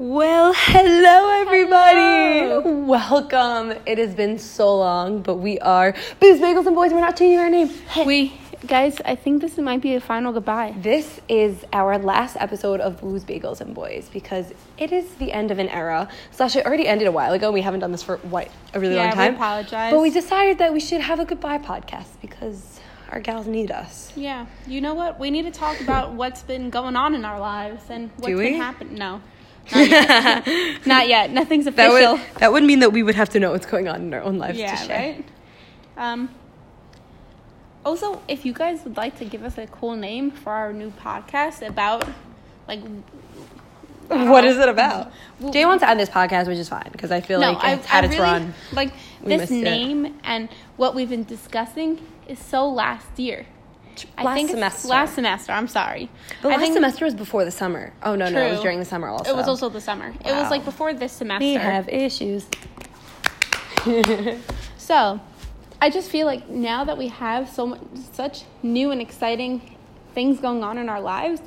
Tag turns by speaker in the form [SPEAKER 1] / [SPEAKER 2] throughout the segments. [SPEAKER 1] Well, hello everybody. Welcome. It has been so long, but we are Booze Bagels and Boys. We're not changing our name.
[SPEAKER 2] We guys, I think this might be a final goodbye.
[SPEAKER 1] This is our last episode of Booze Bagels and Boys because it is the end of an era. Slash, it already ended a while ago. We haven't done this for what a really
[SPEAKER 2] Yeah,
[SPEAKER 1] long
[SPEAKER 2] we
[SPEAKER 1] time.
[SPEAKER 2] apologize.
[SPEAKER 1] But we decided that we should have a goodbye podcast because our gals need us.
[SPEAKER 2] Yeah, you know what? We need to talk about what's been going on in our lives and what's
[SPEAKER 1] Do
[SPEAKER 2] been
[SPEAKER 1] we?
[SPEAKER 2] happening. No, not yet. Not yet. Nothing's
[SPEAKER 1] That
[SPEAKER 2] official.
[SPEAKER 1] would that would mean that we would have to know what's going on in our own lives to
[SPEAKER 2] yeah,
[SPEAKER 1] share.
[SPEAKER 2] right. Um. Also, if you guys would like to give us a cool name for our new podcast about, like,
[SPEAKER 1] What is it about?
[SPEAKER 2] Well-
[SPEAKER 1] Jay wants to end this podcast, which is fine because I feel
[SPEAKER 2] no,
[SPEAKER 1] like
[SPEAKER 2] I,
[SPEAKER 1] it's had
[SPEAKER 2] I
[SPEAKER 1] its
[SPEAKER 2] really
[SPEAKER 1] run.
[SPEAKER 2] like
[SPEAKER 1] We
[SPEAKER 2] this
[SPEAKER 1] missed it.
[SPEAKER 2] name and what we've been discussing is so last year. I
[SPEAKER 1] Last
[SPEAKER 2] think it's
[SPEAKER 1] semester.
[SPEAKER 2] Last semester. I'm sorry.
[SPEAKER 1] The
[SPEAKER 2] I
[SPEAKER 1] last
[SPEAKER 2] think-
[SPEAKER 1] semester was before the summer. Oh no, no, it was
[SPEAKER 2] True.
[SPEAKER 1] during the summer also.
[SPEAKER 2] It was also the summer. It was
[SPEAKER 1] Wow.
[SPEAKER 2] like before this semester.
[SPEAKER 1] We have issues.
[SPEAKER 2] So, I just feel like now that we have so much, such new and exciting things going on in our lives,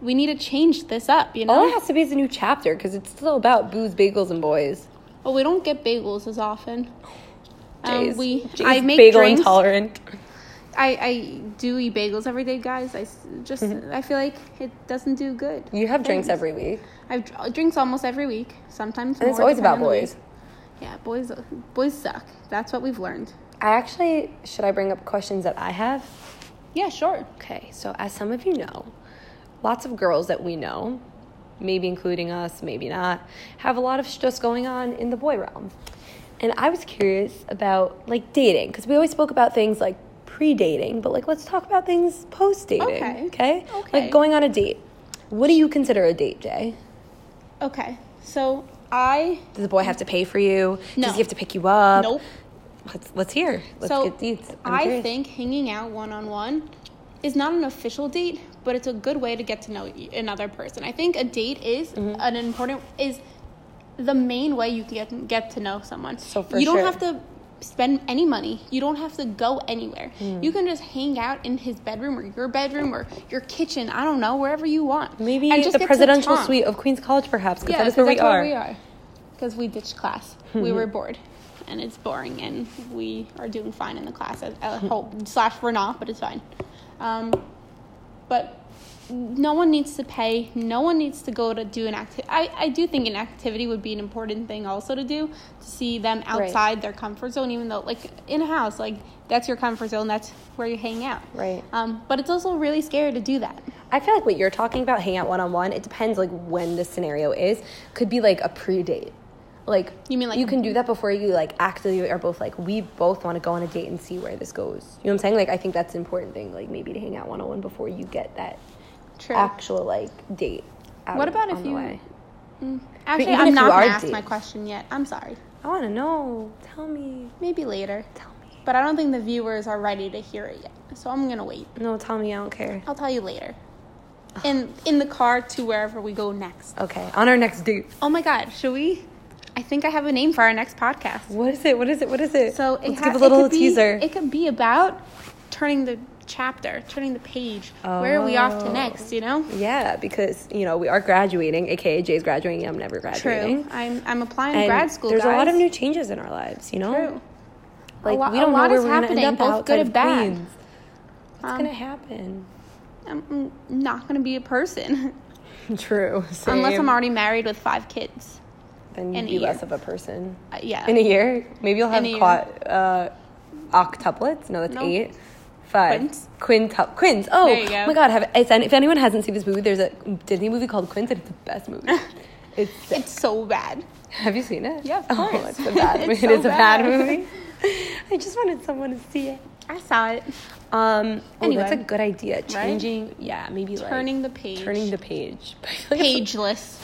[SPEAKER 2] we need to change this up. You
[SPEAKER 1] All
[SPEAKER 2] know,
[SPEAKER 1] it has to be is a new chapter because it's still about booze, bagels, and boys.
[SPEAKER 2] well, we don't get bagels as often. Um,
[SPEAKER 1] Jay's-
[SPEAKER 2] we
[SPEAKER 1] Jay's
[SPEAKER 2] I make
[SPEAKER 1] bagel
[SPEAKER 2] drinks.
[SPEAKER 1] intolerant.
[SPEAKER 2] I, I do eat bagels every day, guys. I s- just
[SPEAKER 1] Mm-hmm.
[SPEAKER 2] I feel like it doesn't do good.
[SPEAKER 1] You have drinks every week.
[SPEAKER 2] I've dr- drinks almost every week. Sometimes
[SPEAKER 1] And it's
[SPEAKER 2] more,
[SPEAKER 1] always about
[SPEAKER 2] depending on the
[SPEAKER 1] boys.
[SPEAKER 2] week. Yeah, boys boys suck. That's what we've learned.
[SPEAKER 1] I actually should I bring up questions that I have?
[SPEAKER 2] Yeah, sure.
[SPEAKER 1] Okay, so as some of you know, lots of girls that we know, maybe including us, maybe not, have a lot of stress going on in the boy realm. And I was curious about like dating, because we always spoke about things like pre dating, but like let's talk about things post dating.
[SPEAKER 2] Okay.
[SPEAKER 1] Okay.
[SPEAKER 2] Okay.
[SPEAKER 1] Like going on a date. What do you consider a date, Jay?
[SPEAKER 2] Okay, so I
[SPEAKER 1] Does the boy have to pay for you?
[SPEAKER 2] No.
[SPEAKER 1] Does he have to pick you up?
[SPEAKER 2] nope.
[SPEAKER 1] Let's let's hear. Let's
[SPEAKER 2] so
[SPEAKER 1] get deets. I'm
[SPEAKER 2] I
[SPEAKER 1] curious.
[SPEAKER 2] think hanging out one on one is not an official date, but it's a good way to get to know y- another person. I think a date is
[SPEAKER 1] Mm-hmm.
[SPEAKER 2] an important is the main way you can get get to know someone.
[SPEAKER 1] So for
[SPEAKER 2] you don't
[SPEAKER 1] sure.
[SPEAKER 2] have to spend any money. You don't have to go anywhere.
[SPEAKER 1] Mm.
[SPEAKER 2] You can just hang out in his bedroom or your bedroom or your kitchen. I don't know wherever you want.
[SPEAKER 1] maybe
[SPEAKER 2] And just
[SPEAKER 1] the
[SPEAKER 2] get to
[SPEAKER 1] presidential
[SPEAKER 2] talk.
[SPEAKER 1] suite of Queens College perhaps, because
[SPEAKER 2] Yeah,
[SPEAKER 1] that is where
[SPEAKER 2] 'cause
[SPEAKER 1] we
[SPEAKER 2] that's
[SPEAKER 1] are. Mm-hmm.
[SPEAKER 2] where we are. Because we ditched class. we were bored. And it's boring, and we are doing fine in the class. I, I
[SPEAKER 1] Hmm.
[SPEAKER 2] hope, slash, we're not, but it's fine. Um, but no one needs to pay. No one needs to go to do an activity. I, I do think an activity would be an important thing also to do to see them outside their comfort zone, even though, like, in a house, like, that's your comfort zone. That's where you hang out.
[SPEAKER 1] Right.
[SPEAKER 2] Um, but it's also really scary to do that.
[SPEAKER 1] I feel like what you're talking about, hang out one on one, it depends like when the scenario is. Could be like a pre date. Like
[SPEAKER 2] You mean, like-
[SPEAKER 1] you can do that before you like actively are both like we both want to go on a date and see where this goes. You know what I'm saying? Like I think that's an important thing, like maybe to hang out one on one before you get that
[SPEAKER 2] True.
[SPEAKER 1] actual like date. Out
[SPEAKER 2] What about
[SPEAKER 1] on
[SPEAKER 2] if
[SPEAKER 1] the
[SPEAKER 2] you- Mm.
[SPEAKER 1] way.
[SPEAKER 2] Actually,
[SPEAKER 1] even if
[SPEAKER 2] I'm not
[SPEAKER 1] you
[SPEAKER 2] going
[SPEAKER 1] are
[SPEAKER 2] to ask my
[SPEAKER 1] dating-
[SPEAKER 2] question yet. I'm sorry.
[SPEAKER 1] I want to know. Tell me.
[SPEAKER 2] Maybe later.
[SPEAKER 1] Tell me.
[SPEAKER 2] But I don't think the viewers are ready to hear it yet. So I'm gonna wait.
[SPEAKER 1] No, tell me. I don't care.
[SPEAKER 2] I'll tell you later. In in the car to wherever we go next.
[SPEAKER 1] Okay. On our next date.
[SPEAKER 2] Oh my god, should we? I think I have a name for our next podcast.
[SPEAKER 1] What is it? What is it? What is it?
[SPEAKER 2] So it
[SPEAKER 1] let's
[SPEAKER 2] ha-
[SPEAKER 1] give a
[SPEAKER 2] it
[SPEAKER 1] little
[SPEAKER 2] could be-
[SPEAKER 1] teaser.
[SPEAKER 2] it could be about turning the chapter, turning the page. Where are we off to
[SPEAKER 1] Oh.
[SPEAKER 2] next, you know?
[SPEAKER 1] yeah, because you know we are graduating. AKA Jay's graduating. I'm never graduating.
[SPEAKER 2] True. I'm I'm applying
[SPEAKER 1] And
[SPEAKER 2] grad school.
[SPEAKER 1] There's a lot of
[SPEAKER 2] guys.
[SPEAKER 1] new changes in our lives, you know.
[SPEAKER 2] True.
[SPEAKER 1] Like
[SPEAKER 2] A lot-
[SPEAKER 1] we
[SPEAKER 2] a
[SPEAKER 1] don't know
[SPEAKER 2] lot
[SPEAKER 1] where
[SPEAKER 2] is
[SPEAKER 1] we're gonna end
[SPEAKER 2] happening,
[SPEAKER 1] up
[SPEAKER 2] both
[SPEAKER 1] outside
[SPEAKER 2] good
[SPEAKER 1] of
[SPEAKER 2] and bad. Um,
[SPEAKER 1] Queens. What's gonna happen?
[SPEAKER 2] I'm I'm not gonna be a person
[SPEAKER 1] True.
[SPEAKER 2] unless I'm
[SPEAKER 1] same.
[SPEAKER 2] already married with five kids.
[SPEAKER 1] then you'd
[SPEAKER 2] in a
[SPEAKER 1] be less
[SPEAKER 2] year.
[SPEAKER 1] of a person.
[SPEAKER 2] Uh, yeah.
[SPEAKER 1] In a year, maybe you'll have
[SPEAKER 2] In a year.
[SPEAKER 1] quad, uh, octuplets. No, that's
[SPEAKER 2] No.
[SPEAKER 1] eight. Five.
[SPEAKER 2] Quints.
[SPEAKER 1] Quintu- Quins. Oh,
[SPEAKER 2] There you go.
[SPEAKER 1] my God. Have, if if anyone hasn't seen this movie, there's a Disney movie called Quins, and it's the best movie. it's sick.
[SPEAKER 2] It's so bad.
[SPEAKER 1] Have you seen it?
[SPEAKER 2] Yeah, of
[SPEAKER 1] Oh, it's
[SPEAKER 2] course.
[SPEAKER 1] a bad movie.
[SPEAKER 2] It's
[SPEAKER 1] it
[SPEAKER 2] so
[SPEAKER 1] is a bad
[SPEAKER 2] bad.
[SPEAKER 1] movie. I just wanted someone to see it.
[SPEAKER 2] I saw it.
[SPEAKER 1] Um, oh, that's a
[SPEAKER 2] Anyway.
[SPEAKER 1] good idea. Changing, yeah, maybe like
[SPEAKER 2] Turning the page.
[SPEAKER 1] turning the page. I feel like it's
[SPEAKER 2] Pageless.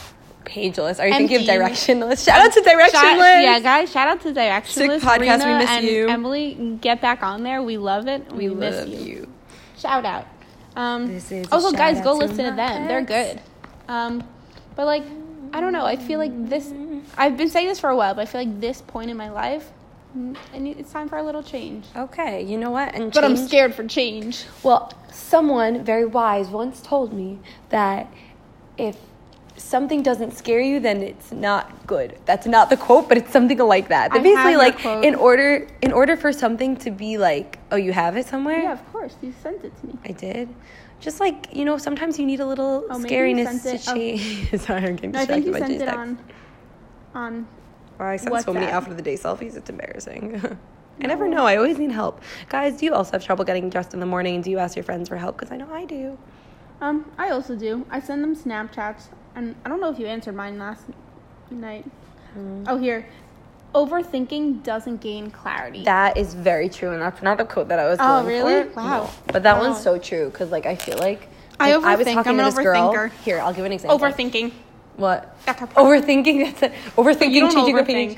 [SPEAKER 1] Pageless. Are you thinking of
[SPEAKER 2] Empty.
[SPEAKER 1] directionless? Shout out to directionless.
[SPEAKER 2] Shout, yeah, guys, shout out to Directionless.
[SPEAKER 1] Sick podcast, we
[SPEAKER 2] Rena
[SPEAKER 1] miss
[SPEAKER 2] and
[SPEAKER 1] you.
[SPEAKER 2] Emily, get back on there. We love it.
[SPEAKER 1] we,
[SPEAKER 2] We, miss
[SPEAKER 1] love
[SPEAKER 2] you.
[SPEAKER 1] you.
[SPEAKER 2] Shout out. Um,
[SPEAKER 1] This is a
[SPEAKER 2] also,
[SPEAKER 1] shout
[SPEAKER 2] guys,
[SPEAKER 1] out
[SPEAKER 2] go
[SPEAKER 1] to
[SPEAKER 2] listen to
[SPEAKER 1] my
[SPEAKER 2] them. They're
[SPEAKER 1] ex.
[SPEAKER 2] good. Um, but like, I don't know. I feel like this. I've been saying this for a while, but I feel like this point in my life, mm, I need, it's time for a little change.
[SPEAKER 1] Okay, you know what? And
[SPEAKER 2] But I'm
[SPEAKER 1] change-
[SPEAKER 2] scared for change.
[SPEAKER 1] Well, someone very wise once told me that if something doesn't scare you, then it's not good. That's not the quote, but it's something like that. But
[SPEAKER 2] I have
[SPEAKER 1] basically,
[SPEAKER 2] your
[SPEAKER 1] like
[SPEAKER 2] quote.
[SPEAKER 1] in order in order for something to be like, oh, you have it somewhere.
[SPEAKER 2] Yeah, of course. You sent it to me.
[SPEAKER 1] I did. Just like you know, sometimes you need a little
[SPEAKER 2] Oh, maybe you
[SPEAKER 1] scariness
[SPEAKER 2] sent
[SPEAKER 1] to
[SPEAKER 2] it- oh.
[SPEAKER 1] change. Sorry, I'm getting
[SPEAKER 2] No, I
[SPEAKER 1] distracted
[SPEAKER 2] think you
[SPEAKER 1] by
[SPEAKER 2] sent
[SPEAKER 1] Jay's
[SPEAKER 2] it
[SPEAKER 1] text.
[SPEAKER 2] on. On.
[SPEAKER 1] Wow, I sent so many
[SPEAKER 2] WhatsApp.
[SPEAKER 1] out of the day selfies. It's embarrassing. I never know. I always need help. Guys, do you also have trouble getting dressed in the morning? Do you ask your friends for help? Because I know I do.
[SPEAKER 2] Um, I also do. I send them Snapchats, and I don't know if you answered mine last night.
[SPEAKER 1] Hmm.
[SPEAKER 2] Oh, here. Overthinking doesn't gain clarity.
[SPEAKER 1] That is very true, and that's not a quote that I was.
[SPEAKER 2] Oh,
[SPEAKER 1] going
[SPEAKER 2] really?
[SPEAKER 1] for.
[SPEAKER 2] Wow.
[SPEAKER 1] No. But that
[SPEAKER 2] Wow.
[SPEAKER 1] one's so true because, like, I feel like,
[SPEAKER 2] I
[SPEAKER 1] like, was
[SPEAKER 2] overthink.
[SPEAKER 1] talking
[SPEAKER 2] I'm
[SPEAKER 1] to
[SPEAKER 2] an
[SPEAKER 1] this girl.
[SPEAKER 2] overthinker.
[SPEAKER 1] Here, I'll give an example.
[SPEAKER 2] Overthinking.
[SPEAKER 1] What?
[SPEAKER 2] That's a problem.
[SPEAKER 1] Overthinking. That's it. Overthinking.
[SPEAKER 2] don't
[SPEAKER 1] changing
[SPEAKER 2] overthink.
[SPEAKER 1] opinions.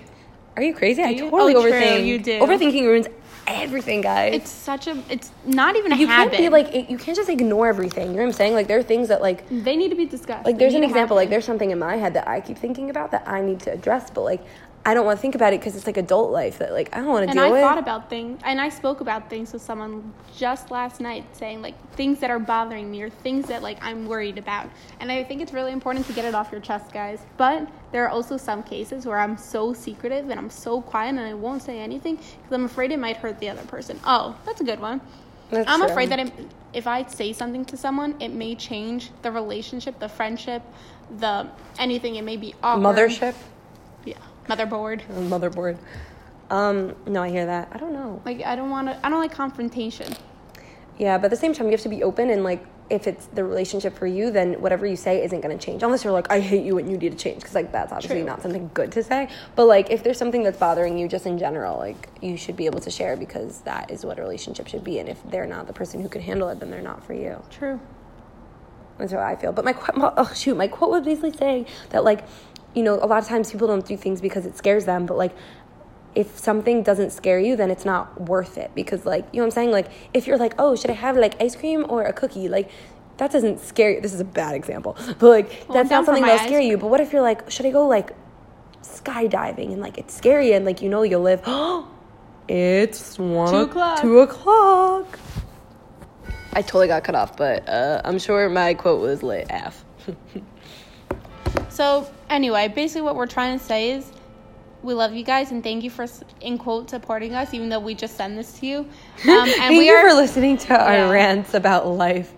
[SPEAKER 1] Are you crazy? I
[SPEAKER 2] Do you?
[SPEAKER 1] totally
[SPEAKER 2] Oh, true,
[SPEAKER 1] overthink.
[SPEAKER 2] you do.
[SPEAKER 1] Overthinking ruins everything, guys.
[SPEAKER 2] It's such a. It's not even a
[SPEAKER 1] you
[SPEAKER 2] habit.
[SPEAKER 1] can't be like it- you can't just ignore everything. You know what I'm saying? Like there are things that like
[SPEAKER 2] They need to be discussed.
[SPEAKER 1] like
[SPEAKER 2] They
[SPEAKER 1] there's an
[SPEAKER 2] need to
[SPEAKER 1] example like
[SPEAKER 2] happen.
[SPEAKER 1] there's something in my head that i keep thinking about that i need to address but like i don't want to think about it because it's like adult life that like i don't want to
[SPEAKER 2] And
[SPEAKER 1] deal
[SPEAKER 2] I
[SPEAKER 1] with
[SPEAKER 2] thought about things, and I spoke about things with someone just last night, saying like things that are bothering me or things that like I'm worried about. And I think it's really important to get it off your chest, guys. But there are also some cases where I'm so secretive and I'm so quiet and I won't say anything because I'm afraid it might hurt the other person. Oh, that's a good one.
[SPEAKER 1] That's
[SPEAKER 2] I'm
[SPEAKER 1] true.
[SPEAKER 2] afraid that it, if I say something to someone, it may change the relationship, the friendship, the anything. It may be awkward.
[SPEAKER 1] mothership
[SPEAKER 2] Yeah. Motherboard.
[SPEAKER 1] uh, motherboard um no i hear that i don't know
[SPEAKER 2] Like I don't want to. I don't like confrontation.
[SPEAKER 1] yeah but at the same time you have to be open and like if it's the relationship for you then whatever you say isn't going to change unless you're like i hate you and you need to change because like that's obviously
[SPEAKER 2] True.
[SPEAKER 1] not something good to say but like if there's something that's bothering you just in general like you should be able to share because that is what a relationship should be and if they're not the person who could handle it then they're not for you
[SPEAKER 2] True.
[SPEAKER 1] That's how I feel. But my, qu- my oh shoot, my quote was basically saying that like, you know, a lot of times people don't do things because it scares them, but like if something doesn't scare you, then it's not worth it because like, you know what I'm saying? Like if you're like, "Oh, should I have like ice cream or a cookie?" like that doesn't scare you. This is a bad example. But like
[SPEAKER 2] I'm
[SPEAKER 1] that's not
[SPEAKER 2] down for
[SPEAKER 1] something
[SPEAKER 2] my
[SPEAKER 1] that'll
[SPEAKER 2] ice
[SPEAKER 1] scare you. But what if you're like, "Should I go like skydiving?" and like it's scary and like you know you'll live It's one
[SPEAKER 2] Two
[SPEAKER 1] o-
[SPEAKER 2] o'clock.
[SPEAKER 1] Two o'clock. I totally got cut off, but uh, I'm sure my quote was lit F.
[SPEAKER 2] So, anyway, basically what we're trying to say is we love you guys and thank you for, s- in quote, supporting us, even though we just send this to you. Um, and
[SPEAKER 1] Thank
[SPEAKER 2] we
[SPEAKER 1] you
[SPEAKER 2] are,
[SPEAKER 1] for listening to our
[SPEAKER 2] Yeah.
[SPEAKER 1] rants about life.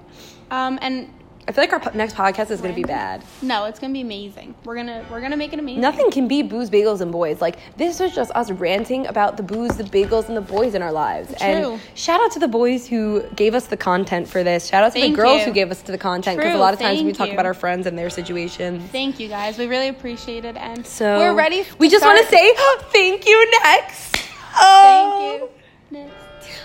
[SPEAKER 2] um, and
[SPEAKER 1] I feel like our po- next podcast is going to be
[SPEAKER 2] Random.
[SPEAKER 1] bad.
[SPEAKER 2] no, it's gonna be amazing. We're gonna, we're gonna make it amazing.
[SPEAKER 1] Nothing can be booze, bagels, and boys. Like this was just us ranting about the booze, the bagels, and the boys in our lives.
[SPEAKER 2] True.
[SPEAKER 1] And shout out to the boys who gave us the content for this. Shout out to the
[SPEAKER 2] Thank
[SPEAKER 1] girls
[SPEAKER 2] you.
[SPEAKER 1] who gave us the content because a
[SPEAKER 2] True,
[SPEAKER 1] lot of times we
[SPEAKER 2] thank
[SPEAKER 1] talk
[SPEAKER 2] you.
[SPEAKER 1] about our friends and their situations.
[SPEAKER 2] Thank you guys. We really appreciate it, and
[SPEAKER 1] So
[SPEAKER 2] we're ready.
[SPEAKER 1] We just want to
[SPEAKER 2] start-
[SPEAKER 1] say thank you next. Oh.
[SPEAKER 2] thank you. Next.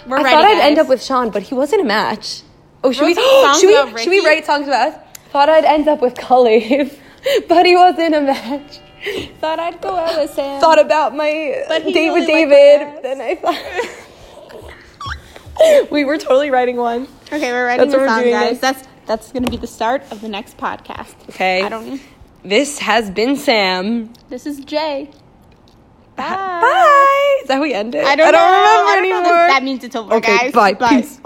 [SPEAKER 2] We're
[SPEAKER 1] I
[SPEAKER 2] ready,
[SPEAKER 1] thought I'd
[SPEAKER 2] guys.
[SPEAKER 1] end up with Sean, but he wasn't a match. Oh, should we,
[SPEAKER 2] Wrote some songs
[SPEAKER 1] should, we
[SPEAKER 2] about
[SPEAKER 1] should we
[SPEAKER 2] Ricky?
[SPEAKER 1] write songs about us? Thought I'd end up with Khalif, but he wasn't a match.
[SPEAKER 2] Thought I'd go out with Sam.
[SPEAKER 1] Thought about my
[SPEAKER 2] But he
[SPEAKER 1] date with
[SPEAKER 2] really liked
[SPEAKER 1] David,
[SPEAKER 2] my
[SPEAKER 1] then I thought. we were totally writing one.
[SPEAKER 2] okay, we're writing
[SPEAKER 1] That's what
[SPEAKER 2] the
[SPEAKER 1] we're
[SPEAKER 2] song,
[SPEAKER 1] doing next.
[SPEAKER 2] guys. That's that's gonna be the start of the next podcast.
[SPEAKER 1] Okay.
[SPEAKER 2] I don't.
[SPEAKER 1] This has been Sam.
[SPEAKER 2] This is Jay. Bye.
[SPEAKER 1] Bye. Is that how we end it?
[SPEAKER 2] I don't,
[SPEAKER 1] remember
[SPEAKER 2] know. I don't know.
[SPEAKER 1] anymore.
[SPEAKER 2] That means it's over,
[SPEAKER 1] Okay,
[SPEAKER 2] guys.
[SPEAKER 1] bye. Peace.